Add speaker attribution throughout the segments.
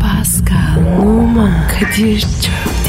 Speaker 1: Pascal, Oman, Kadir çok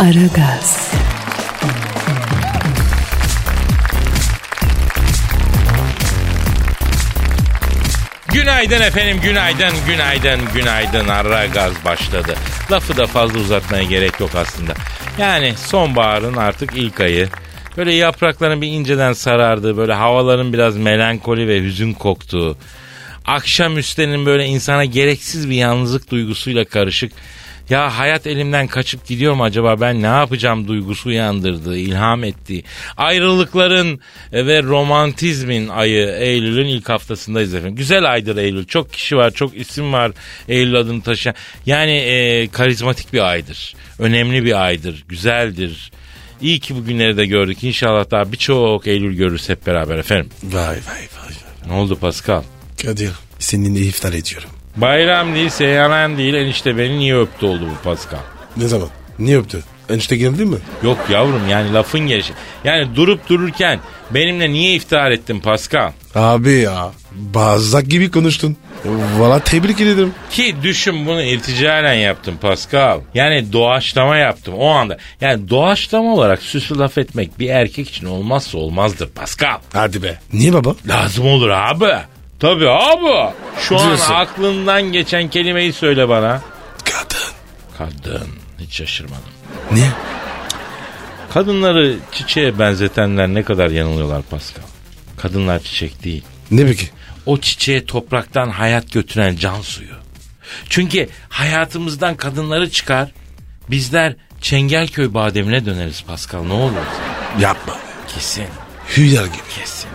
Speaker 1: Aragaz,
Speaker 2: Günaydın efendim, günaydın, günaydın, günaydın. Arra gaz başladı. Lafı da fazla uzatmaya gerek yok aslında. Yani sonbaharın artık ilk ayı. Böyle yaprakların bir inceden sarardığı, böyle havaların biraz melankoli ve hüzün koktuğu. Akşam üstlerinin böyle insana gereksiz bir yalnızlık duygusuyla karışık. Ya hayat elimden kaçıp gidiyor mu acaba ben ne yapacağım duygusu uyandırdığı, ilham ettiği. Ayrılıkların e, ve romantizmin ayı Eylül'ün ilk haftasındayız efendim. Güzel aydır Eylül. Çok kişi var, çok isim var Eylül adını taşıyan. Yani e, karizmatik bir aydır. Önemli bir aydır, güzeldir. İyi ki bu günleri de gördük. İnşallah daha birçok Eylül görürüz hep beraber efendim.
Speaker 3: Vay vay vay.
Speaker 2: Ne oldu Pascal?
Speaker 3: Kadir seninle iftar ediyorum.
Speaker 2: Bayram değil, seyran değil, enişte beni niye öptü oldu bu Pascal?
Speaker 3: Ne zaman? Niye öptü? Enişte geldi mi?
Speaker 2: Yok yavrum yani lafın gelişi. Yani durup dururken benimle niye iftihar ettin Pascal?
Speaker 3: Abi ya. Bazak gibi konuştun. Valla tebrik ederim.
Speaker 2: Ki düşün bunu irticalen yaptım Pascal. Yani doğaçlama yaptım o anda. Yani doğaçlama olarak süslü laf etmek bir erkek için olmazsa olmazdır Pascal.
Speaker 3: Hadi be. Niye baba?
Speaker 2: Lazım olur abi. Tabii abi. Şu
Speaker 3: Diyorsun.
Speaker 2: an aklından geçen kelimeyi söyle bana.
Speaker 3: Kadın.
Speaker 2: Kadın. Hiç şaşırmadım.
Speaker 3: Niye?
Speaker 2: Kadınları çiçeğe benzetenler ne kadar yanılıyorlar Pascal. Kadınlar çiçek değil.
Speaker 3: Ne peki?
Speaker 2: O çiçeğe topraktan hayat götüren can suyu. Çünkü hayatımızdan kadınları çıkar. Bizler Çengelköy bademine döneriz Pascal ne olur.
Speaker 3: Yapma.
Speaker 2: Kesin
Speaker 3: Hüyar gibi.
Speaker 2: kesin.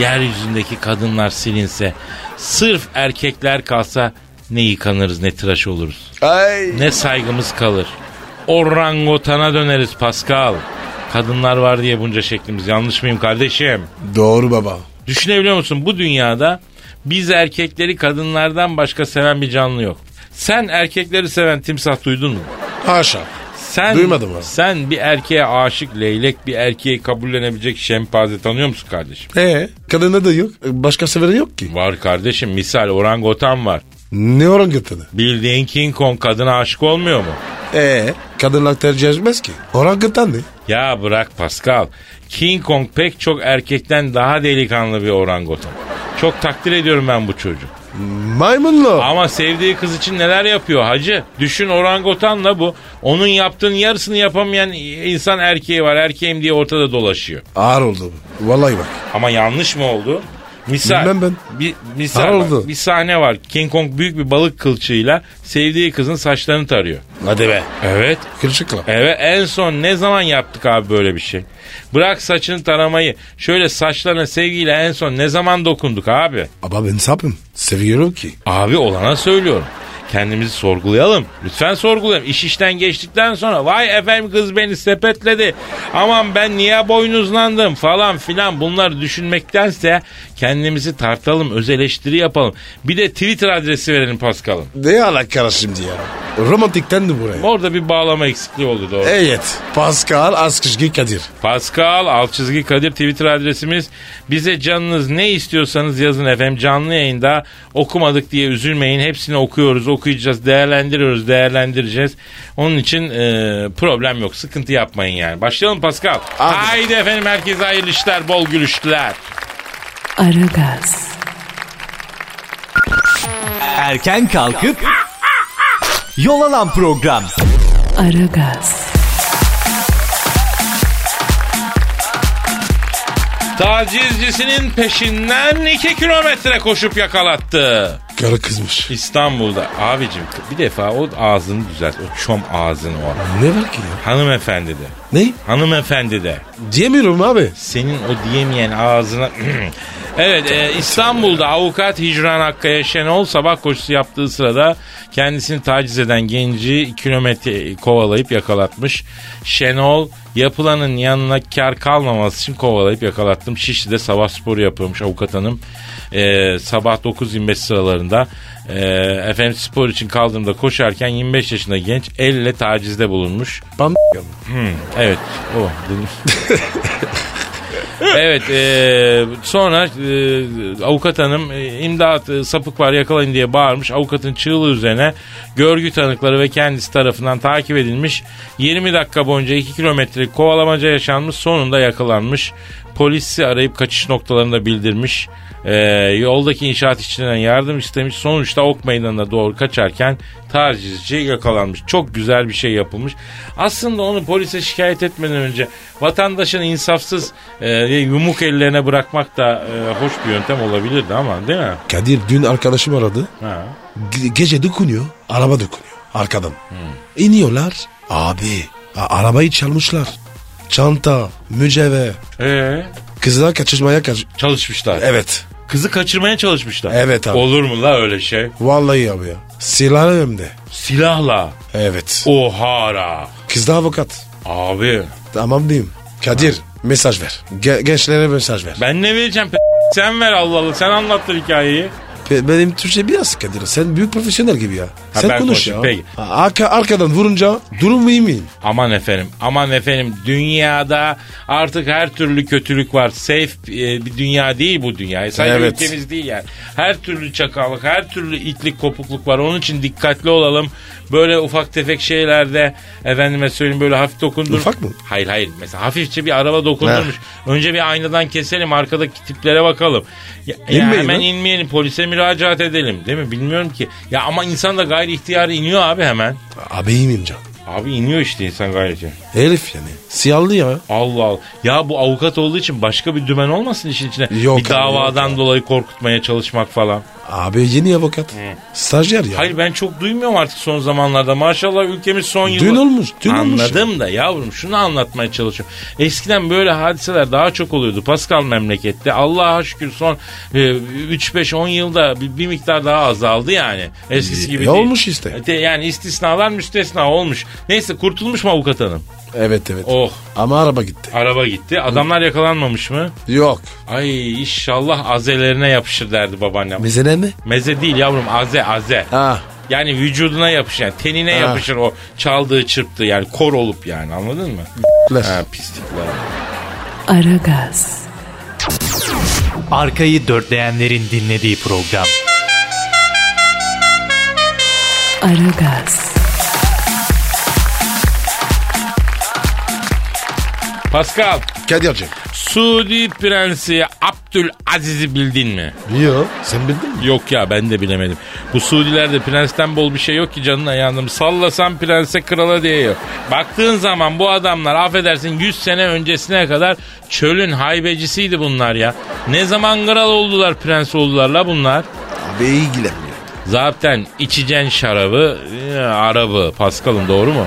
Speaker 2: Yeryüzündeki kadınlar silinse sırf erkekler kalsa ne yıkanırız ne tıraş oluruz.
Speaker 3: Ay.
Speaker 2: Ne saygımız kalır. Orangotana döneriz Pascal. Kadınlar var diye bunca şeklimiz yanlış mıyım kardeşim?
Speaker 3: Doğru baba.
Speaker 2: Düşünebiliyor musun bu dünyada biz erkekleri kadınlardan başka seven bir canlı yok. Sen erkekleri seven timsah duydun mu?
Speaker 3: Haşa.
Speaker 2: Sen,
Speaker 3: Duymadım abi.
Speaker 2: Sen bir erkeğe aşık leylek bir erkeği kabullenebilecek şempaze tanıyor musun kardeşim?
Speaker 3: Ee, kadına da yok. Başka severi yok ki.
Speaker 2: Var kardeşim misal orangotan var.
Speaker 3: Ne orangutanı?
Speaker 2: Bildiğin King Kong kadına aşık olmuyor mu?
Speaker 3: Ee, kadınlar tercih etmez ki. Orangutan ne?
Speaker 2: Ya bırak Pascal. King Kong pek çok erkekten daha delikanlı bir orangotan. Çok takdir ediyorum ben bu çocuğu.
Speaker 3: Maymunlu.
Speaker 2: Ama sevdiği kız için neler yapıyor hacı? Düşün orangotanla bu. Onun yaptığının yarısını yapamayan insan erkeği var. Erkeğim diye ortada dolaşıyor.
Speaker 3: Ağır oldu bu. Vallahi bak.
Speaker 2: Ama yanlış mı oldu? Misal,
Speaker 3: Bilmem ben.
Speaker 2: Bir, misal
Speaker 3: Ağır
Speaker 2: bak,
Speaker 3: oldu.
Speaker 2: bir sahne var. King Kong büyük bir balık kılçığıyla sevdiği kızın saçlarını tarıyor.
Speaker 3: Hadi be.
Speaker 2: Evet.
Speaker 3: Kırışıkla.
Speaker 2: Evet en son ne zaman yaptık abi böyle bir şey? Bırak saçını taramayı. Şöyle saçlarına sevgiyle en son ne zaman dokunduk abi?
Speaker 3: Ama ben sapım. Seviyorum ki.
Speaker 2: Abi olana söylüyorum. Kendimizi sorgulayalım. Lütfen sorgulayalım. İş işten geçtikten sonra vay efendim kız beni sepetledi. Aman ben niye boynuzlandım falan filan bunları düşünmektense kendimizi tartalım, öz eleştiri yapalım. Bir de Twitter adresi verelim Paskal'ım.
Speaker 3: Ne alakalı şimdi ya? Romantikten de buraya.
Speaker 2: Orada bir bağlama eksikliği oldu doğru.
Speaker 3: Evet. Pascal Askışgi Kadir.
Speaker 2: Pascal alt çizgi Kadir Twitter adresimiz. Bize canınız ne istiyorsanız yazın efendim canlı yayında okumadık diye üzülmeyin. Hepsini okuyoruz, okuyacağız, değerlendiriyoruz, değerlendireceğiz. Onun için e, problem yok, sıkıntı yapmayın yani. Başlayalım Pascal.
Speaker 3: Hadi.
Speaker 2: Haydi efendim herkese hayırlı işler, bol gülüştüler.
Speaker 1: Aragaz,
Speaker 4: Erken kalkıp yol alan program.
Speaker 1: Aragaz,
Speaker 2: Tacizcisinin peşinden 2 kilometre koşup yakalattı.
Speaker 3: Karı kızmış.
Speaker 2: İstanbul'da abicim bir defa o ağzını düzelt. O çom ağzını o.
Speaker 3: Ne var ki ya?
Speaker 2: Hanımefendi de.
Speaker 3: Ne?
Speaker 2: Hanımefendi de.
Speaker 3: Diyemiyorum abi.
Speaker 2: Senin o diyemeyen ağzına Evet e, İstanbul'da avukat Hicran Hakkaya Şenol sabah koşusu yaptığı sırada kendisini taciz eden genci kilometre kovalayıp yakalatmış. Şenol yapılanın yanına kar kalmaması için kovalayıp yakalattım. Şişli'de sabah sporu yapıyormuş avukat hanım. E, sabah 9.25 sıralarında e, efendim spor için kaldırımda koşarken 25 yaşında genç elle tacizde bulunmuş.
Speaker 3: Pan
Speaker 2: Evet. O. dedim. evet. e, sonra e, avukat hanım e, imdat e, sapık var yakalayın diye bağırmış. Avukatın çığlığı üzerine görgü tanıkları ve kendisi tarafından takip edilmiş. 20 dakika boyunca 2 kilometrelik kovalamaca yaşanmış. Sonunda yakalanmış. Polisi arayıp kaçış noktalarını da bildirmiş. E, yoldaki inşaat işçilerinden yardım istemiş. Sonuçta ok meydanına doğru kaçarken tacizci yakalanmış. Çok güzel bir şey yapılmış. Aslında onu polise şikayet etmeden önce vatandaşın insafsız e, yumuk ellerine bırakmak da e, hoş bir yöntem olabilirdi ama değil mi?
Speaker 3: Kadir dün arkadaşım aradı.
Speaker 2: Ha.
Speaker 3: Ge- gece dokunuyor. Araba dokunuyor. Arkadan. İniyorlar. Abi a- arabayı çalmışlar. Çanta, mücevher.
Speaker 2: Ee,
Speaker 3: Kızlar kaçışmaya kaç...
Speaker 2: çalışmışlar.
Speaker 3: Evet.
Speaker 2: Kızı kaçırmaya çalışmışlar.
Speaker 3: Evet abi.
Speaker 2: Olur mu la öyle şey?
Speaker 3: Vallahi abi ya. Silahlı hem de.
Speaker 2: Silahla.
Speaker 3: Evet.
Speaker 2: Ohara.
Speaker 3: Kız da avukat.
Speaker 2: Abi.
Speaker 3: Tamam diyeyim. Kadir mesaj ver. Ge- gençlere mesaj ver.
Speaker 2: Ben ne vereceğim? pe- Sen ver Allah Allah. Sen anlattın hikayeyi.
Speaker 3: Be- benim Türkçe biraz Kadir. Sen büyük profesyonel gibi ya. Sen
Speaker 2: ben
Speaker 3: konuş ya.
Speaker 2: konuşayım, peki.
Speaker 3: Ha, Arka, arkadan vurunca durum iyi miyim?
Speaker 2: Aman efendim, aman efendim dünyada artık her türlü kötülük var. Safe e, bir dünya değil bu dünya. Sadece
Speaker 3: Evet.
Speaker 2: ülkemiz değil yani. Her türlü çakallık, her türlü itlik, kopukluk var. Onun için dikkatli olalım. Böyle ufak tefek şeylerde efendime söyleyeyim böyle hafif dokundur.
Speaker 3: Ufak mı?
Speaker 2: Hayır hayır. Mesela hafifçe bir araba dokundurmuş. Önce bir aynadan keselim, arkadaki tiplere bakalım. Ya, ya
Speaker 3: İnmeyin
Speaker 2: hemen
Speaker 3: lan.
Speaker 2: inmeyelim, polise müracaat edelim değil mi? Bilmiyorum ki. Ya ama insan da gayri ihtiyarı iniyor abi hemen.
Speaker 3: Abi iyi miyim can?
Speaker 2: Abi iniyor işte insan gayri ihtiyar.
Speaker 3: Herif yani. Siyahlı ya.
Speaker 2: Allah Allah. Ya bu avukat olduğu için başka bir dümen olmasın işin içine.
Speaker 3: Yok
Speaker 2: bir
Speaker 3: abi,
Speaker 2: davadan
Speaker 3: yok abi.
Speaker 2: dolayı korkutmaya çalışmak falan.
Speaker 3: Abi yeni avukat. Stajyer ya.
Speaker 2: Hayır ben çok duymuyorum artık son zamanlarda. Maşallah ülkemiz son yıl.
Speaker 3: Dün olmuş, dün olmuş.
Speaker 2: Anladım da yavrum şunu anlatmaya çalışıyorum. Eskiden böyle hadiseler daha çok oluyordu. Pascal memlekette. Allah'a şükür son e, 3-5-10 yılda bir, bir miktar daha azaldı yani. Eskisi
Speaker 3: E,
Speaker 2: gibi
Speaker 3: e,
Speaker 2: değil.
Speaker 3: olmuş işte.
Speaker 2: E, de- Yani istisnalar müstesna olmuş. Neyse kurtulmuş mu avukat hanım?
Speaker 3: Evet evet.
Speaker 2: Oh
Speaker 3: Ama araba gitti.
Speaker 2: araba gitti. Adamlar yakalanmamış mı?
Speaker 3: Yok.
Speaker 2: Ay inşallah azelerine yapışır derdi babaannem.
Speaker 3: Mezene mi?
Speaker 2: Meze değil yavrum aze aze.
Speaker 3: Ha.
Speaker 2: Yani vücuduna yapışır yani tenine
Speaker 3: Ha.
Speaker 2: yapışır o çaldığı çırptığı yani kor olup yani anladın mı? Ha pislikler.
Speaker 1: Aragaz,
Speaker 4: Arkayı dörtleyenlerin dinlediği program.
Speaker 1: Aragaz,
Speaker 2: Pascal,
Speaker 3: Kadir'cim.
Speaker 2: Suudi Prensi Abdülaziz'i bildin mi?
Speaker 3: Yok. Sen bildin mi?
Speaker 2: Yok ya ben de bilemedim. Bu Suudilerde prensten bol bir şey yok ki canına yandım. Sallasan prense krala diye yok. Baktığın zaman bu adamlar affedersin 100 sene öncesine kadar çölün haybecisiydi bunlar ya. Ne zaman kral oldular prens oldular la bunlar.
Speaker 3: Abi ilgilenmiyor.
Speaker 2: Zaten içeceksin şarabı, e, arabı. Paskal'ım doğru mu?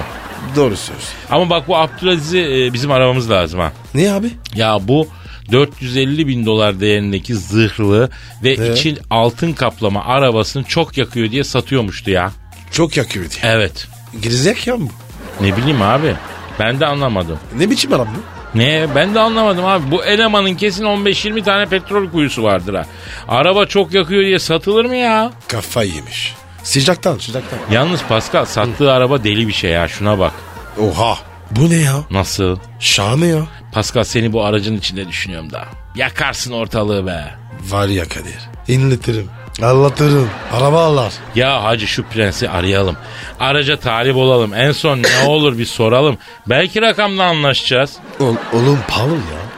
Speaker 3: Doğru söz.
Speaker 2: Ama bak bu Abdülaziz'i e, bizim aramamız lazım ha.
Speaker 3: Niye abi?
Speaker 2: Ya bu 450 bin dolar değerindeki zırhlı ve içi altın kaplama arabasını çok yakıyor diye satıyormuştu ya.
Speaker 3: Çok yakıyor diye.
Speaker 2: Evet.
Speaker 3: Girizek ya mı?
Speaker 2: Ne bileyim abi. Ben de anlamadım.
Speaker 3: Ne biçim adam bu?
Speaker 2: Ne? Ben de anlamadım abi. Bu elemanın kesin 15-20 tane petrol kuyusu vardır ha. Araba çok yakıyor diye satılır mı ya?
Speaker 3: Kafayı yemiş. Sıcaktan sıcaktan.
Speaker 2: Yalnız Pascal sattığı araba deli bir şey ya. Şuna bak.
Speaker 3: Oha. Bu ne ya?
Speaker 2: Nasıl?
Speaker 3: Şahane ya.
Speaker 2: Pascal seni bu aracın içinde düşünüyorum da. Yakarsın ortalığı be.
Speaker 3: Var ya Kadir. İnletirim. Anlatırım. Araba ağlar.
Speaker 2: Ya hacı şu prensi arayalım. Araca talip olalım. En son ne olur bir soralım. Belki rakamla anlaşacağız.
Speaker 3: Ol, oğlum pahalı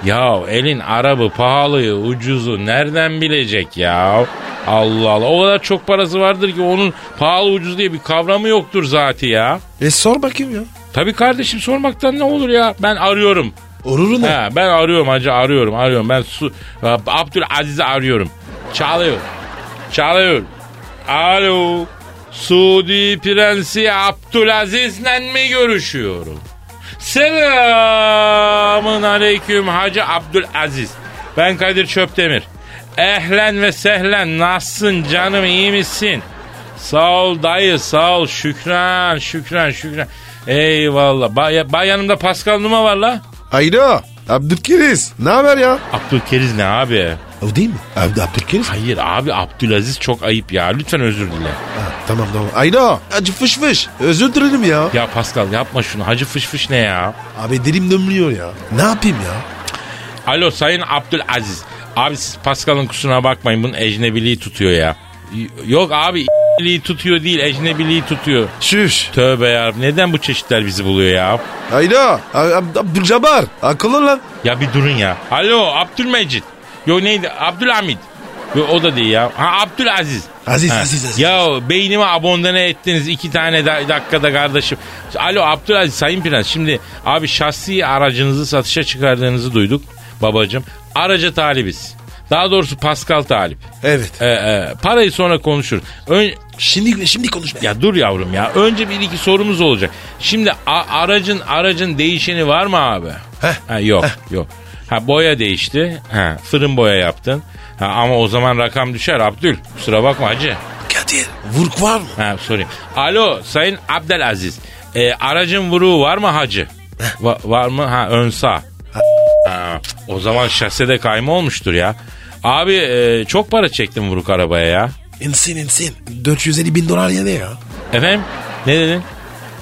Speaker 3: ya.
Speaker 2: Ya elin arabı pahalıyı ucuzu nereden bilecek ya? Allah Allah. O kadar çok parası vardır ki onun pahalı ucuz diye bir kavramı yoktur zaten ya.
Speaker 3: E sor bakayım ya.
Speaker 2: Tabii kardeşim sormaktan ne olur ya? Ben arıyorum.
Speaker 3: Oruru ne?
Speaker 2: Ha, ben arıyorum hacı arıyorum arıyorum. Ben su e, Abdülaziz'i arıyorum. Çağlıyor. Çağlıyor. Alo. Suudi Prensi Abdülaziz'le mi görüşüyorum? Selamın aleyküm Hacı Abdülaziz. Ben Kadir Çöptemir. Ehlen ve sehlen nasılsın canım iyi misin? Sağ ol dayı sağ ol şükran şükran şükran. Eyvallah. Bay, bay yanımda Pascal Numa var la.
Speaker 5: Hayda. Abdülkeriz. Ne haber ya?
Speaker 2: Abdülkeriz ne abi?
Speaker 3: O değil mi? Abi Abdülkeriz.
Speaker 2: Hayır abi Abdülaziz çok ayıp ya. Lütfen özür dile.
Speaker 3: Ha, tamam tamam.
Speaker 5: Hayda. Acı fış fış. Özür dilerim ya.
Speaker 2: Ya Pascal yapma şunu. Hacı fış fış ne ya?
Speaker 3: Abi dilim dönmüyor ya. Ne yapayım ya?
Speaker 2: Alo Sayın Abdülaziz. Abi siz Pascal'ın kusuruna bakmayın. Bunun ecnebiliği tutuyor ya. Y- Yok abi i**liği tutuyor değil ecnebiliği tutuyor.
Speaker 5: Şüş.
Speaker 2: Tövbe ya neden bu çeşitler bizi buluyor ya?
Speaker 5: Hayda. A- Ab- Abdülcabbar. Akıllı lan.
Speaker 2: Ya bir durun ya. Alo Abdülmecit. Yok neydi Abdülhamid. Yok o da değil ya. Ha Abdülaziz.
Speaker 3: Aziz
Speaker 2: Ha.
Speaker 3: Aziz Aziz.
Speaker 2: Ya beynime abondane ettiniz iki tane da- dakikada kardeşim. Alo Abdülaziz Sayın Prens şimdi abi şahsi aracınızı satışa çıkardığınızı duyduk babacım. Araca talibiz. Daha doğrusu Pascal talip.
Speaker 3: Evet.
Speaker 2: Ee, e, parayı sonra konuşuruz. Ön,
Speaker 3: Şimdi şimdi konuş be.
Speaker 2: ya dur yavrum ya. Önce bir iki sorumuz olacak. Şimdi a- aracın aracın değişeni var mı abi?
Speaker 3: Heh.
Speaker 2: Ha, yok yok. Ha boya değişti. Ha fırın boya yaptın. Ha, ama o zaman rakam düşer Abdül. Kusura bakma hacı.
Speaker 3: Kadir. Vurk var mı?
Speaker 2: Ha sorayım. Alo Sayın Abdelaziz. Ee, aracın vuruğu var mı hacı? Va- var mı? Ha ön sağ. Ha, o zaman şahsede kayma olmuştur ya. Abi e, çok para çektim vuruk arabaya ya.
Speaker 3: İnsin insin. 450 bin dolar yedi ya.
Speaker 2: Efendim? Ne dedin?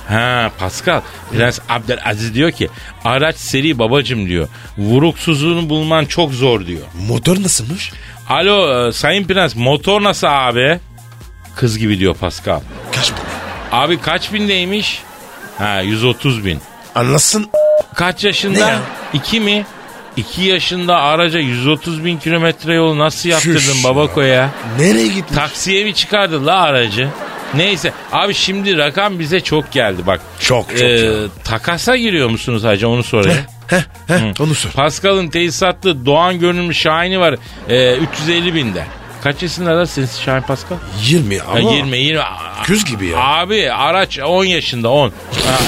Speaker 2: Ha Pascal. Prens Abdelaziz diyor ki araç seri babacım diyor. Vuruksuzluğunu bulman çok zor diyor.
Speaker 3: Motor nasılmış?
Speaker 2: Alo e, Sayın Prens motor nasıl abi? Kız gibi diyor Pascal.
Speaker 3: Kaç bu?
Speaker 2: Abi kaç bindeymiş? Ha 130 bin.
Speaker 3: Anlasın.
Speaker 2: Kaç
Speaker 3: Ne
Speaker 2: yaşında?
Speaker 3: ya?
Speaker 2: 2 mi? 2 yaşında araca 130 bin kilometre yolu nasıl yaptırdın
Speaker 3: Şuş
Speaker 2: babako ya?
Speaker 3: Nereye gitmiş?
Speaker 2: Taksiye mi çıkardın la aracı? Neyse abi şimdi rakam bize çok geldi bak.
Speaker 3: Çok, çok
Speaker 2: Ee,
Speaker 3: ya.
Speaker 2: takasa giriyor musunuz hacı onu sorayım.
Speaker 3: Heh, heh, onu sor.
Speaker 2: Pascal'ın tesisatlı Doğan Görünümlü Şahin'i var ee, 350 binde. Kaç yaşında da siz Şahin Pascal?
Speaker 3: 20
Speaker 2: Ya
Speaker 3: ama.
Speaker 2: 20 20.
Speaker 3: Kız gibi ya.
Speaker 2: Abi araç 10 yaşında 10. Ha,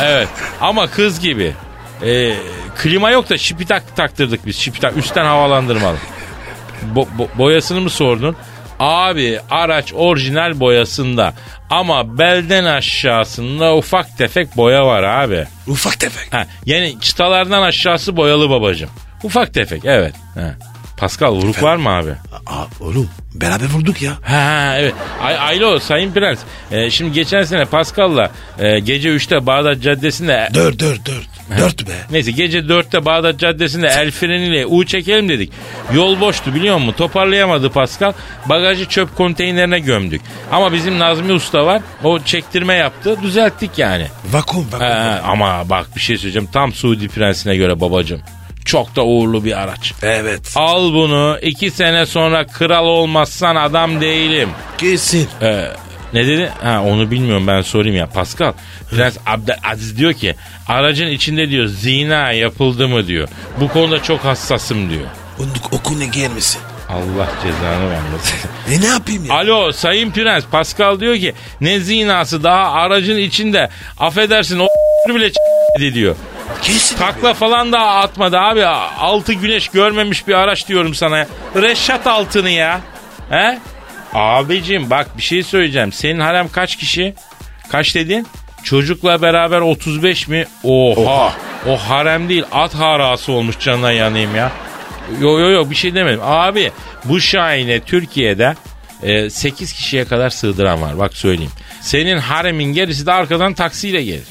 Speaker 2: evet ama kız gibi. Ee, klima yok da şipitak taktırdık biz. Şipitak üstten havalandırmalı. Bo- bo- boyasını mı sordun? Abi araç orijinal boyasında ama belden aşağısında ufak tefek boya var abi.
Speaker 3: Ufak tefek.
Speaker 2: Ha, yani çıtalardan aşağısı boyalı babacım. Ufak tefek evet. Ha. Pascal vuruk var mı abi?
Speaker 3: Aa, oğlum beraber vurduk ya.
Speaker 2: Ha evet. Ay, Aylo Sayın Prens. Ee, şimdi geçen sene Pascal'la e, gece 3'te Bağdat Caddesi'nde e,
Speaker 3: 4 4 4. 4 be.
Speaker 2: Neyse gece 4'te Bağdat Caddesi'nde el freniyle U çekelim dedik. Yol boştu biliyor musun? Toparlayamadı Pascal. Bagajı çöp konteynerine gömdük. Ama bizim Nazmi Usta var. O çektirme yaptı. Düzelttik yani.
Speaker 3: Vakum vakum.
Speaker 2: Ha, ama bak bir şey söyleyeceğim. Tam Suudi Prensi'ne göre babacım. Çok da uğurlu bir araç.
Speaker 3: Evet.
Speaker 2: Al bunu. iki sene sonra kral olmazsan adam değilim.
Speaker 3: Kesin.
Speaker 2: Ee, ne dedi? Ha onu bilmiyorum ben sorayım ya. Pascal, Prens Abdelaziz diyor ki aracın içinde diyor zina yapıldı mı diyor. Bu konuda çok hassasım diyor.
Speaker 3: Onu okuluna gelmesin.
Speaker 2: Allah cezanı vermesin.
Speaker 3: E ne yapayım ya?
Speaker 2: Alo Sayın Prens Pascal diyor ki ne zinası daha aracın içinde affedersin o bile ç- diyor.
Speaker 3: Kesin.
Speaker 2: Takla falan da atmadı abi. Altı güneş görmemiş bir araç diyorum sana ya. Reşat altını ya. He? Abicim bak bir şey söyleyeceğim. Senin harem kaç kişi? Kaç dedin? Çocukla beraber 35 mi? Oha. O harem değil at harası olmuş canına yanayım ya. Yo yo yo bir şey demedim. Abi bu şahine Türkiye'de 8 kişiye kadar sığdıran var bak söyleyeyim. Senin haremin gerisi de arkadan taksiyle gelir.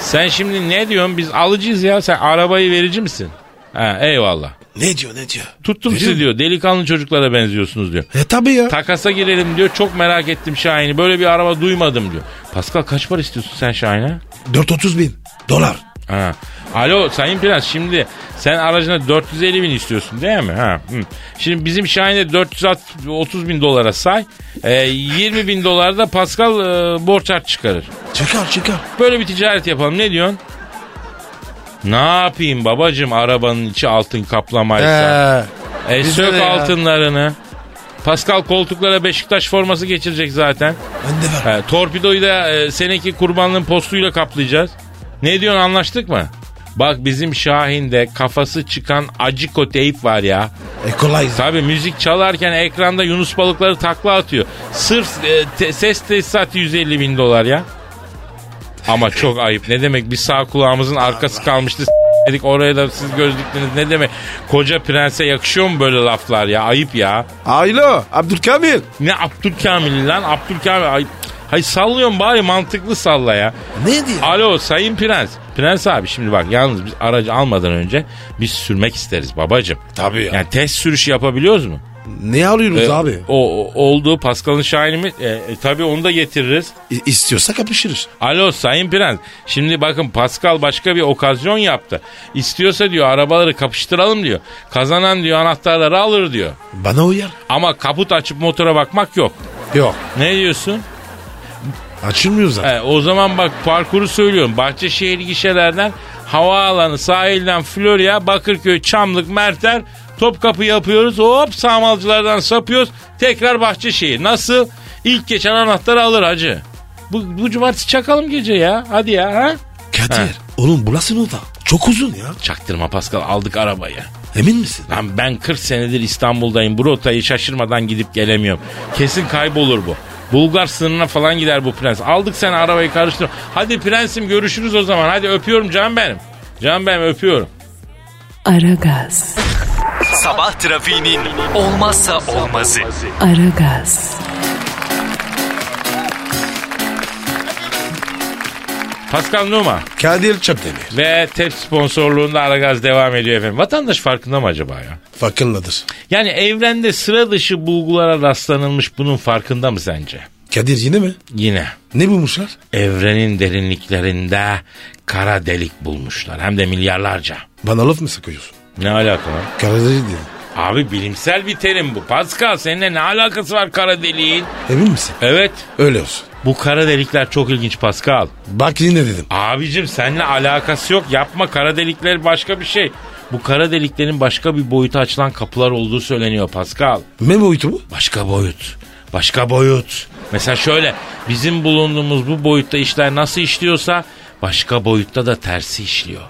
Speaker 2: Sen şimdi ne diyorsun? Biz alıcıyız ya. Sen arabayı verici misin? Ha, eyvallah.
Speaker 3: Ne diyor ne diyor?
Speaker 2: Tuttum sizi diyor. Delikanlı çocuklara benziyorsunuz diyor.
Speaker 3: E tabi ya.
Speaker 2: Takasa girelim diyor. Çok merak ettim Şahin'i. Böyle bir araba duymadım diyor. Pascal kaç para istiyorsun sen Şahin'e?
Speaker 3: 430 bin dolar.
Speaker 2: Ha. Alo Sayın Prens şimdi sen aracına 450 bin istiyorsun değil mi? Ha. hı. Şimdi bizim Şahin'e 430 bin dolara say. E, 20 bin dolar da Pascal e, borç harç çıkarır.
Speaker 3: Çıkar çıkar.
Speaker 2: Böyle bir ticaret yapalım ne diyorsun? Ne yapayım babacım arabanın içi altın kaplamaysa.
Speaker 5: Ee,
Speaker 2: e
Speaker 5: bizde de
Speaker 2: sök
Speaker 5: ya.
Speaker 2: altınlarını. Pascal koltuklara Beşiktaş forması geçirecek zaten.
Speaker 3: Ben de var.
Speaker 2: E, torpidoyu da e, seneki kurbanlığın postuyla kaplayacağız. Ne diyorsun anlaştık mı? Bak bizim Şahin'de kafası çıkan aciko teyp var ya.
Speaker 3: E kolay.
Speaker 2: Tabi müzik çalarken ekranda Yunus balıkları takla atıyor. Sırf e, te- ses tesisatı 150 bin dolar ya. Ama çok ayıp. Ne demek bir sağ kulağımızın arkası kalmıştı s- dedik oraya da siz göz diktiniz. Ne demek? Koca prense yakışıyor mu böyle laflar ya? Ayıp ya.
Speaker 5: Alo Abdülkamil.
Speaker 2: Ne Abdülkamil lan? Abdülkamil ayıp. Hay sallıyorum bari mantıklı salla ya.
Speaker 3: Ne diyor?
Speaker 2: Alo Sayın Prens. Prens abi şimdi bak yalnız biz aracı almadan önce biz sürmek isteriz babacım.
Speaker 3: Tabii ya.
Speaker 2: Yani test sürüşü yapabiliyoruz mu?
Speaker 3: Ne arıyoruz
Speaker 2: Ee,
Speaker 3: abi?
Speaker 2: O, o- oldu Pascal'ın şahini mi? Ee, e, tabii onu da getiririz.
Speaker 3: İ- istiyorsa kapışırız.
Speaker 2: Alo Sayın Prens. Şimdi bakın Pascal başka bir okazyon yaptı. İstiyorsa diyor arabaları kapıştıralım diyor. Kazanan diyor anahtarları alır diyor.
Speaker 3: Bana uyar.
Speaker 2: Ama kaput açıp motora bakmak yok.
Speaker 3: Yok.
Speaker 2: Ne diyorsun?
Speaker 3: Açılmıyor zaten.
Speaker 2: He, o zaman bak parkuru söylüyorum. Bahçeşehir gişelerden havaalanı sahilden Florya, Bakırköy, Çamlık, Merter, Topkapı yapıyoruz. Hop sağmalcılardan sapıyoruz. Tekrar Bahçeşehir. Nasıl? İlk geçen anahtarı alır hacı. Bu, bu cumartesi çakalım gece ya. Hadi ya. Ha?
Speaker 3: Kadir.
Speaker 2: He.
Speaker 3: Oğlum burası ne da? Çok uzun ya.
Speaker 2: Çaktırma Pascal aldık arabayı.
Speaker 3: Emin misin?
Speaker 2: Lan ben 40 senedir İstanbul'dayım. Bu rotayı şaşırmadan gidip gelemiyorum. Kesin kaybolur bu. Bulgar sınırına falan gider bu prens. Aldık sen arabayı karıştır. Hadi prensim görüşürüz o zaman. Hadi öpüyorum canım benim. Canım benim öpüyorum.
Speaker 1: Aragaz,
Speaker 4: Sabah trafiğinin olmazsa olmazı.
Speaker 1: Aragaz,
Speaker 2: Pascal Numa
Speaker 5: Kadir Çöpdemir.
Speaker 2: ve TEP sponsorluğunda Aragaz devam ediyor efendim. Vatandaş farkında mı acaba ya?
Speaker 3: Farkındadır.
Speaker 2: Yani evrende sıra dışı bulgulara rastlanılmış bunun farkında mı sence?
Speaker 3: Kadir yine mi?
Speaker 2: Yine.
Speaker 3: Ne bulmuşlar?
Speaker 2: Evrenin derinliklerinde kara delik bulmuşlar. Hem de milyarlarca.
Speaker 3: Bana laf mı sokuyorsun?
Speaker 2: Ne alaka lan?
Speaker 3: Karadeniz dedim.
Speaker 2: Abi bilimsel bir terim bu. Pascal seninle ne alakası var kara deliğin?
Speaker 3: Emin misin?
Speaker 2: Evet.
Speaker 3: Öyle olsun.
Speaker 2: Bu kara delikler çok ilginç Pascal.
Speaker 3: Bak yine dedim.
Speaker 2: Abicim seninle alakası yok. Yapma kara delikler başka bir şey. Bu kara deliklerin başka bir boyuta açılan kapılar olduğu söyleniyor Pascal.
Speaker 3: Ne boyutu bu?
Speaker 2: Başka boyut. Başka boyut. Mesela şöyle bizim bulunduğumuz bu boyutta işler nasıl işliyorsa başka boyutta da tersi işliyor.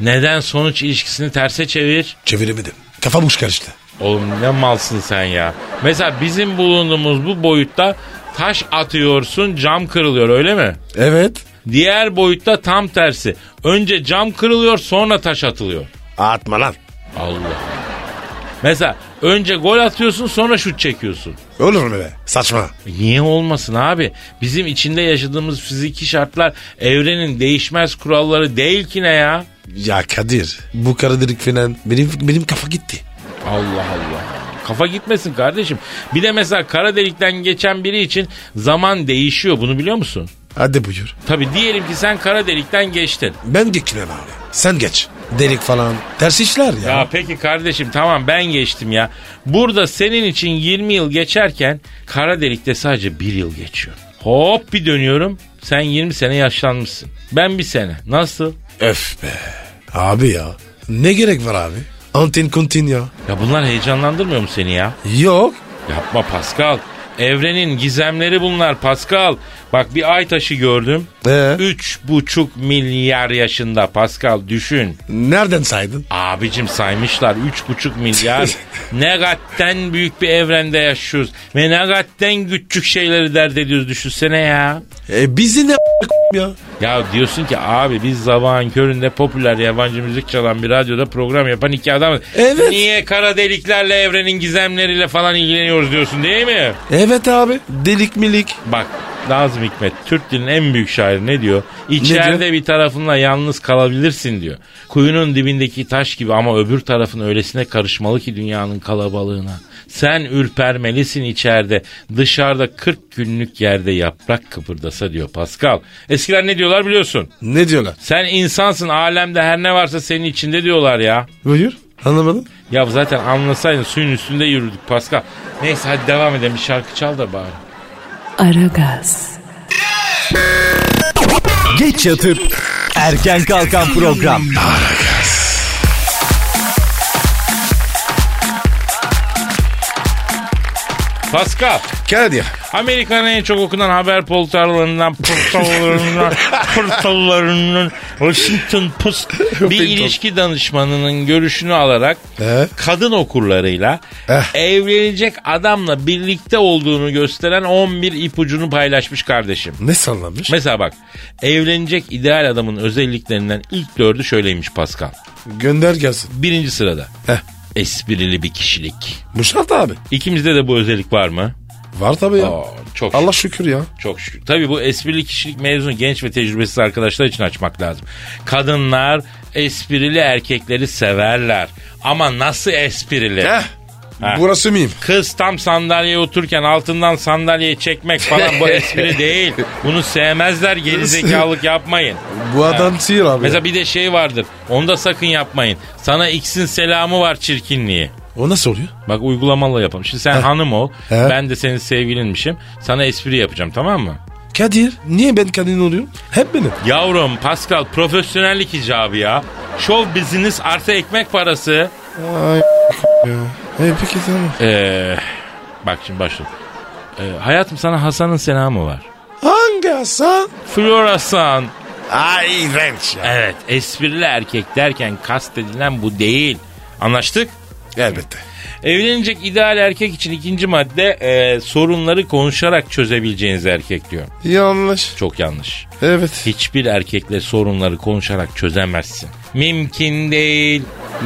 Speaker 2: Neden sonuç ilişkisini terse çevir?
Speaker 3: Çeviremedim. Kafa boş karıştı.
Speaker 2: Oğlum ne malsın sen ya. Mesela bizim bulunduğumuz bu boyutta taş atıyorsun cam kırılıyor öyle mi?
Speaker 3: Evet.
Speaker 2: Diğer boyutta tam tersi. Önce cam kırılıyor sonra taş atılıyor.
Speaker 3: Atma lan.
Speaker 2: Allah. Mesela önce gol atıyorsun sonra şut çekiyorsun. E
Speaker 3: Olur mu be? Saçma.
Speaker 2: Niye olmasın abi? Bizim içinde yaşadığımız fiziki şartlar evrenin değişmez kuralları değil ki ne ya?
Speaker 3: Ya Kadir bu karadelik falan benim, benim kafa gitti.
Speaker 2: Allah Allah. Kafa gitmesin kardeşim. Bir de mesela kara delikten geçen biri için zaman değişiyor. Bunu biliyor musun?
Speaker 3: Hadi buyur.
Speaker 2: Tabi diyelim ki sen kara delikten geçtin.
Speaker 3: Ben geçmem abi. Sen geç. Delik falan. Ters işler ya.
Speaker 2: Ya peki kardeşim tamam ben geçtim ya. Burada senin için 20 yıl geçerken kara delikte sadece 1 yıl geçiyor. Hop bir dönüyorum. Sen 20 sene yaşlanmışsın. Ben bir sene. Nasıl?
Speaker 3: Öf be. Abi ya. Ne gerek var abi? Antin kuntin ya.
Speaker 2: Ya bunlar heyecanlandırmıyor mu seni ya?
Speaker 3: Yok.
Speaker 2: Yapma Pascal. Evrenin gizemleri bunlar Pascal. Bak bir ay taşı gördüm.
Speaker 3: Ee?
Speaker 2: Üç buçuk milyar yaşında Pascal düşün.
Speaker 3: Nereden saydın?
Speaker 2: Abicim saymışlar üç buçuk milyar. Negatten büyük bir evrende yaşıyoruz. Ve negatten küçük şeyleri dert ediyoruz düşünsene ya.
Speaker 3: E bizi ne ya?
Speaker 2: Ya diyorsun ki abi biz sabahın köründe popüler yabancı müzik çalan bir radyoda program yapan iki adamız.
Speaker 3: Evet.
Speaker 2: Niye kara deliklerle evrenin gizemleriyle falan ilgileniyoruz diyorsun değil mi?
Speaker 3: Evet abi. Delik milik.
Speaker 2: Bak Nazım Hikmet Türk dilinin en büyük şairi ne diyor?
Speaker 3: Ne
Speaker 2: İçeride
Speaker 3: diyor?
Speaker 2: bir tarafınla yalnız kalabilirsin diyor. Kuyunun dibindeki taş gibi ama öbür tarafın öylesine karışmalı ki dünyanın kalabalığına. Sen ürpermelisin içeride. Dışarıda 40 günlük yerde yaprak kıpırdasa diyor Pascal. Eskiler ne diyorlar biliyorsun.
Speaker 3: Ne diyorlar?
Speaker 2: Sen insansın alemde her ne varsa senin içinde diyorlar ya.
Speaker 3: Buyur. Anlamadım.
Speaker 2: Ya zaten anlasaydın suyun üstünde yürüdük Pascal. Neyse hadi devam edelim bir şarkı çal da bari.
Speaker 1: Aragaz,
Speaker 4: Geç yatıp erken kalkan program.
Speaker 2: Pascal.
Speaker 5: Kadir.
Speaker 2: Amerika'nın en çok okunan haber portallarından, portallarından, portallarından, Washington Post bir ilişki danışmanının görüşünü alarak
Speaker 3: He?
Speaker 2: kadın okurlarıyla
Speaker 3: Eh.
Speaker 2: evlenecek adamla birlikte olduğunu gösteren 11 ipucunu paylaşmış kardeşim.
Speaker 3: Ne sallamış?
Speaker 2: Mesela bak evlenecek ideal adamın özelliklerinden ilk dördü şöyleymiş Pascal.
Speaker 3: Gönder gelsin.
Speaker 2: Birinci sırada
Speaker 3: Heh.
Speaker 2: esprili bir kişilik.
Speaker 3: Bu şart abi.
Speaker 2: İkimizde de bu özellik var mı?
Speaker 3: Var tabii ya.
Speaker 2: Aa, çok
Speaker 3: Allah şükür ya.
Speaker 2: Çok şükür. Tabii bu esprili kişilik mevzunu genç ve tecrübesiz arkadaşlar için açmak lazım. Kadınlar esprili erkekleri severler. Ama nasıl esprili?
Speaker 3: Heh.
Speaker 2: Ha.
Speaker 3: Eh. Burası mıyım?
Speaker 2: Kız tam sandalyeye otururken altından sandalyeyi çekmek falan bu espri değil. Bunu sevmezler gerizekalılık yapmayın.
Speaker 3: Bu adam sihir abi.
Speaker 2: Mesela bir de şey vardır. Onu da sakın yapmayın. Sana X'in selamı var çirkinliği.
Speaker 3: O nasıl oluyor?
Speaker 2: Bak uygulamalı yapalım. Şimdi sen hanım ol.
Speaker 3: He.
Speaker 2: Ben de senin sevgilinmişim. Sana espri yapacağım tamam mı?
Speaker 3: Kadir niye ben kadın oluyorum? Hep benim.
Speaker 2: Yavrum Pascal profesyonellik icabı ya. Show business artı ekmek parası.
Speaker 3: E peki tamam.
Speaker 2: Ee, bak şimdi başla. Ee, hayatım sana Hasan'ın selamı var.
Speaker 3: Hangi Hasan?
Speaker 2: Florasan.
Speaker 3: Ay iğrenç ya.
Speaker 2: Evet esprili erkek derken kastedilen bu değil. Anlaştık?
Speaker 3: Elbette.
Speaker 2: Evlenecek ideal erkek için ikinci madde e, sorunları konuşarak çözebileceğiniz erkek diyor.
Speaker 3: Yanlış.
Speaker 2: Çok yanlış.
Speaker 3: Evet.
Speaker 2: Hiçbir erkekle sorunları konuşarak çözemezsin. Mümkün değil.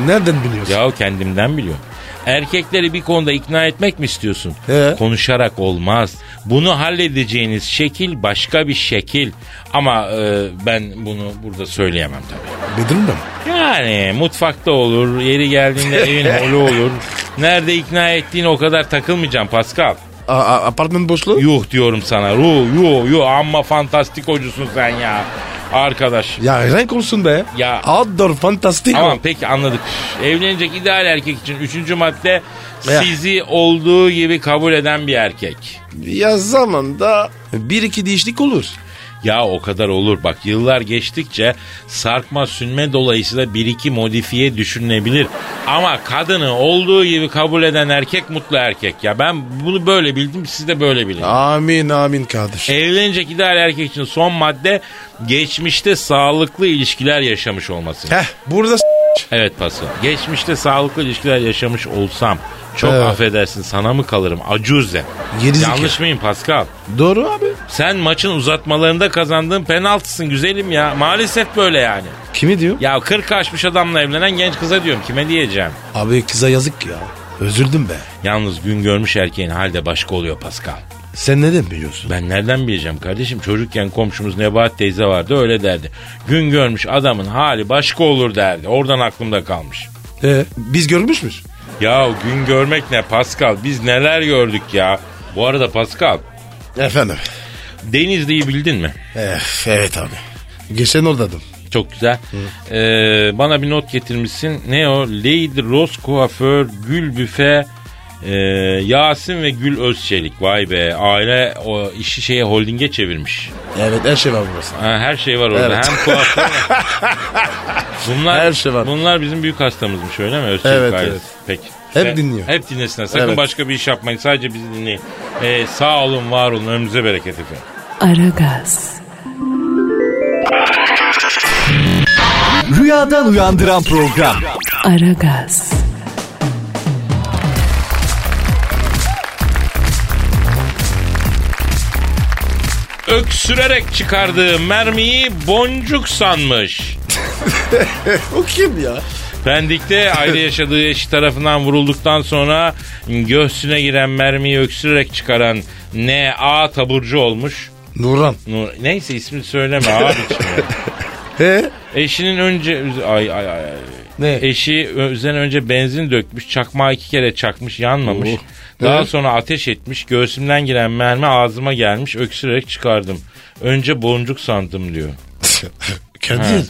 Speaker 3: Nereden biliyorsun?
Speaker 2: Ya kendimden biliyorum. Erkekleri bir konuda ikna etmek mi istiyorsun?
Speaker 3: He.
Speaker 2: Konuşarak olmaz. Bunu halledeceğiniz şekil başka bir şekil. Ama e, ben bunu burada söyleyemem tabii.
Speaker 3: Bedir'im ben.
Speaker 2: Yani mutfakta olur, yeri geldiğinde evin holu olur. Nerede ikna ettiğini o kadar takılmayacağım Pascal.
Speaker 3: A- a- apartman boşluğu?
Speaker 2: Yuh diyorum sana. Ruh, yuh, yuh. Amma fantastik hocusun sen ya. Arkadaş.
Speaker 3: Ya renk olsun be.
Speaker 2: Ya.
Speaker 3: Outdoor fantastik.
Speaker 2: Tamam peki anladık. Evlenecek ideal erkek için üçüncü madde
Speaker 3: Ya.
Speaker 2: sizi olduğu gibi kabul eden bir erkek.
Speaker 3: Ya zamanda bir iki değişiklik olur.
Speaker 2: Ya o kadar olur bak yıllar geçtikçe sarkma sünme dolayısıyla bir iki modifiye düşünülebilir. Ama kadını olduğu gibi kabul eden erkek mutlu erkek ya. Ben bunu böyle bildim siz de böyle bilin.
Speaker 3: Amin amin
Speaker 2: E-
Speaker 3: kardeş.
Speaker 2: Evlenecek ideal erkek için son madde geçmişte sağlıklı ilişkiler yaşamış olması.
Speaker 3: Heh burada s-
Speaker 2: Evet Paso. Geçmişte sağlıklı ilişkiler yaşamış olsam çok
Speaker 3: Evet.
Speaker 2: affedersin sana mı kalırım acuze.
Speaker 3: Gerizekalı.
Speaker 2: Yanlış mıyım Pascal?
Speaker 3: Doğru abi.
Speaker 2: Sen maçın uzatmalarında kazandığın penaltısın güzelim ya. Maalesef böyle yani.
Speaker 3: Kimi diyor?
Speaker 2: Ya 40 aşmış adamla evlenen genç kıza diyorum kime diyeceğim.
Speaker 3: Abi kıza yazık ya. Özürdüm be.
Speaker 2: Yalnız gün görmüş erkeğin halde başka oluyor Pascal.
Speaker 3: Sen neden biliyorsun?
Speaker 2: Ben nereden bileceğim kardeşim? Çocukken komşumuz Nebahat teyze vardı öyle derdi. Gün görmüş adamın hali başka olur derdi. Oradan aklımda kalmış.
Speaker 3: Ee, biz görmüş müyüz?
Speaker 2: Ya gün görmek ne Pascal? Biz neler gördük ya? Bu arada Pascal,
Speaker 3: Efendim.
Speaker 2: Denizli'yi bildin mi?
Speaker 3: evet abi. Geçen oradaydım.
Speaker 2: Çok güzel. Ee, bana bir not getirmişsin. Ne o? Lady Rose Kuaför, Gül Büfe, e, Yasin ve Gül Özçelik. Vay be aile o işi şeye holdinge çevirmiş.
Speaker 3: Evet her şey var burası.
Speaker 2: Ha, her şey var orada.
Speaker 3: Evet.
Speaker 2: Hem kuaför Bunlar,
Speaker 3: Her şey var.
Speaker 2: Bunlar bizim büyük hastamızmış öyle mi? Özçelik
Speaker 3: Evet,
Speaker 2: ailesi.
Speaker 3: evet.
Speaker 2: Peki.
Speaker 3: Hep
Speaker 2: Ve-
Speaker 3: dinliyor.
Speaker 2: Hep dinlesinler. Sakın
Speaker 3: Evet.
Speaker 2: başka bir iş yapmayın. Sadece bizi dinleyin. Ee, sağ olun, var olun. Önümüze bereket efendim.
Speaker 1: Aragaz,
Speaker 4: Rüyadan uyandıran program.
Speaker 1: Aragaz,
Speaker 2: Öksürerek çıkardığı mermiyi boncuk sanmış.
Speaker 3: O kim ya?
Speaker 2: Pendik'te ayrı yaşadığı eşi tarafından vurulduktan sonra göğsüne giren mermiyi öksürerek çıkaran N.A. taburcu olmuş.
Speaker 3: Nurhan.
Speaker 2: Nur- Neyse ismini söyleme abiciğim.
Speaker 3: He?
Speaker 2: Eşinin önce ay ay ay. ay.
Speaker 3: Ne?
Speaker 2: Eşi ö- üzerine önce benzin dökmüş, çakmağı iki kere çakmış, yanmamış.
Speaker 3: Oh.
Speaker 2: Daha
Speaker 3: Ne?
Speaker 2: sonra ateş etmiş, göğsümden giren mermi ağzıma gelmiş, öksürerek çıkardım. Önce boncuk sandım diyor.
Speaker 3: Kadir.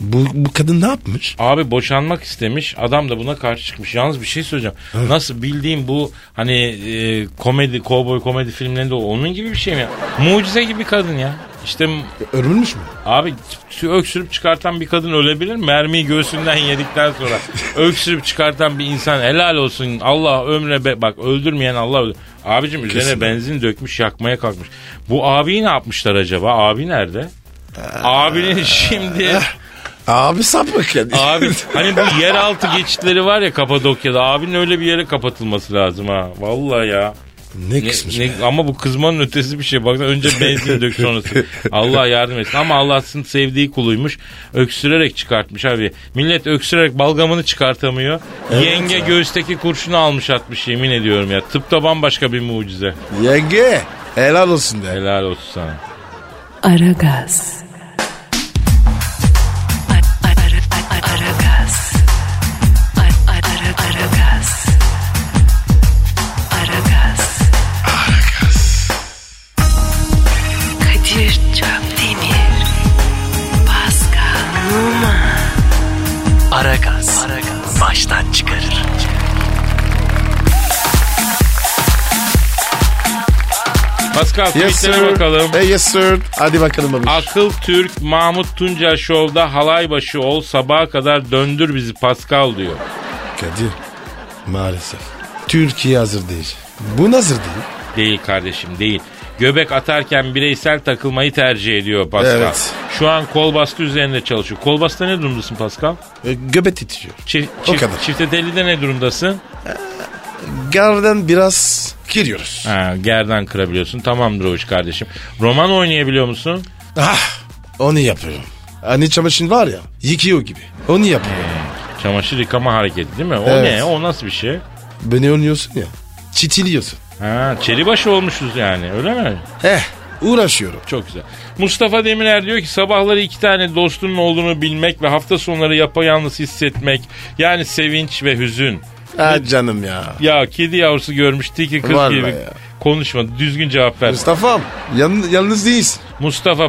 Speaker 3: Bu, bu kadın ne yapmış?
Speaker 2: Abi boşanmak istemiş, adam da buna karşı çıkmış. Yalnız bir şey söyleyeceğim. Nasıl bildiğim bu hani e, komedi, kovboy komedi filmlerinde onun gibi bir şey mi? ya? Mucize gibi bir kadın ya. İşte
Speaker 3: Örülmüş mü?
Speaker 2: Abi t- öksürüp çıkartan bir kadın ölebilir mi? Mermiyi göğsünden yedikten sonra öksürüp çıkartan bir insan helal olsun. Allah ömre be- bak öldürmeyen Allah öldür. Abicim üzerine
Speaker 6: Kesin.
Speaker 2: benzin dökmüş yakmaya kalkmış. Bu abiyi ne yapmışlar acaba? Abi nerede? Abinin şimdi
Speaker 3: Abi sapık yani.
Speaker 2: abi hani bu yeraltı geçitleri var ya Kapadokya'da abinin öyle bir yere kapatılması lazım ha. Vallahi ya.
Speaker 6: Ne,
Speaker 2: Ne-
Speaker 6: kısmış
Speaker 3: şey.
Speaker 2: ne-
Speaker 6: be?
Speaker 2: ama bu kızmanın ötesi bir şey. Baksana önce benzin dök sonrası. Allah yardım etsin. Ama Allah'ın sevdiği kuluymuş. Öksürerek çıkartmış abi. Millet öksürerek balgamını çıkartamıyor. Yenge göğüsteki kurşunu almış atmış yemin ediyorum ya. Tıpta bambaşka bir mucize.
Speaker 3: Yenge helal olsun be.
Speaker 2: Helal olsun sana.
Speaker 1: Aragaz. Aragaz. Aragaz. Aragaz. Kadir Çöptemir. Pascal Numa.
Speaker 7: Aragaz. Baştan çıkarır.
Speaker 2: Pascal
Speaker 3: Yes
Speaker 2: tweetlere
Speaker 3: sir.
Speaker 2: bakalım.
Speaker 3: Hey, yes sir. Hadi bakalım abi.
Speaker 2: Akıl Türk Mahmut Tunca Show'da halay başı ol sabaha kadar döndür bizi Pascal diyor.
Speaker 3: Kadir. Maalesef. Türkiye hazır değil. Bu hazır değil.
Speaker 2: Değil kardeşim değil. Göbek atarken bireysel takılmayı tercih ediyor Pascal.
Speaker 3: Evet.
Speaker 2: Şu an kol bastı üzerinde çalışıyor. Kol bastı ne durumdasın Pascal?
Speaker 3: E, Göbet itiyor.
Speaker 2: Çi-
Speaker 3: O
Speaker 2: çift,
Speaker 3: kadar.
Speaker 2: Çifte tellide ne durumdasın?
Speaker 3: Garden biraz giriyoruz.
Speaker 2: Ha, gerdan kırabiliyorsun. Tamamdır o iş kardeşim. Roman oynayabiliyor musun?
Speaker 3: Ah, onu yapıyorum. Hani çamaşır var ya yıkıyor gibi. Onu yapıyorum.
Speaker 2: Çamaşır yıkama hareketi değil mi? O
Speaker 3: Evet.
Speaker 2: ne? O nasıl bir şey?
Speaker 3: Beni oynuyorsun ya. Çitiliyorsun.
Speaker 2: Ha, çeribaşı olmuşuz yani öyle mi?
Speaker 3: Heh uğraşıyorum.
Speaker 2: Çok güzel. Mustafa Demirer diyor ki sabahları iki tane dostunun olduğunu bilmek ve hafta sonları yapayalnız hissetmek yani sevinç ve hüzün.
Speaker 3: Ha Ah, canım ya.
Speaker 2: Ya kedi yavrusu görmüş tiki kırk
Speaker 3: Vallahi
Speaker 2: gibi
Speaker 3: ya.
Speaker 2: konuşmadı. Düzgün cevap ver. Mustafa.
Speaker 3: Mustafa'm yan- yalnız değilsin.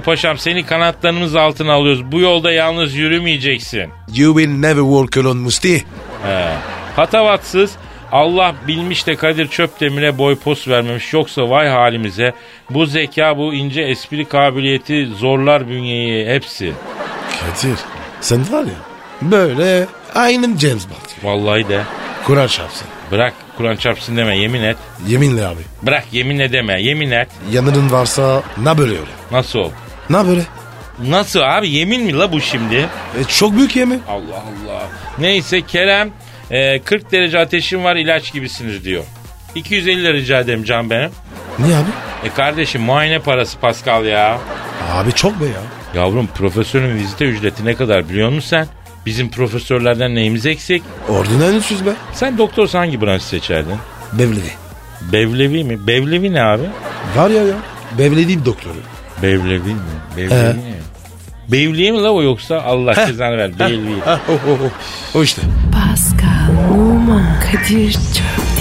Speaker 2: paşam seni kanatlarımız altına alıyoruz. Bu yolda yalnız yürümeyeceksin.
Speaker 3: You will never walk alone Musti.
Speaker 2: He. Hatavatsız Allah bilmiş de Kadir Çöpdemir'e boy post vermemiş yoksa vay halimize. Bu zeka bu ince espri kabiliyeti zorlar bünyeyi hepsi.
Speaker 3: Kadir sen var ya böyle aynen James Bond gibi.
Speaker 2: Vallahi de
Speaker 3: Kur'an şapsın.
Speaker 2: bırak Kur'an çarpsın deme yemin et.
Speaker 3: Yeminle abi.
Speaker 2: Bırak yeminle deme yemin et.
Speaker 3: Yanının varsa ne böyle öyle?
Speaker 2: Nasıl ol?
Speaker 3: Ne böyle?
Speaker 2: Nasıl abi yemin mi la bu şimdi?
Speaker 3: E, çok büyük yemin.
Speaker 2: Allah Allah. Neyse Kerem e, 40 derece ateşim var ilaç gibisiniz diyor. 250 lira rica edeyim can benim.
Speaker 3: Niye abi?
Speaker 2: E kardeşim muayene parası Pascal ya.
Speaker 3: Abi çok be ya.
Speaker 2: Yavrum profesörün vizite ücreti ne kadar biliyor musun sen? Bizim profesörlerden neyimiz eksik?
Speaker 3: Ordinal ünsüz be.
Speaker 2: Sen doktorsa hangi branşı seçerdin?
Speaker 3: Bevledi.
Speaker 2: Bevlevi mi? Bevlevi ne abi?
Speaker 3: Var ya ya. Bevledi doktoru.
Speaker 2: Bevlevi mi? Bevlevi
Speaker 3: Ee?
Speaker 2: ne? Bevliye mi la o yoksa Allah cezanı ver. Bevlevi.
Speaker 3: Ha, o, o, o. o işte.
Speaker 1: Pascal, Oman, Kadir çok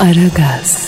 Speaker 1: Aragaz.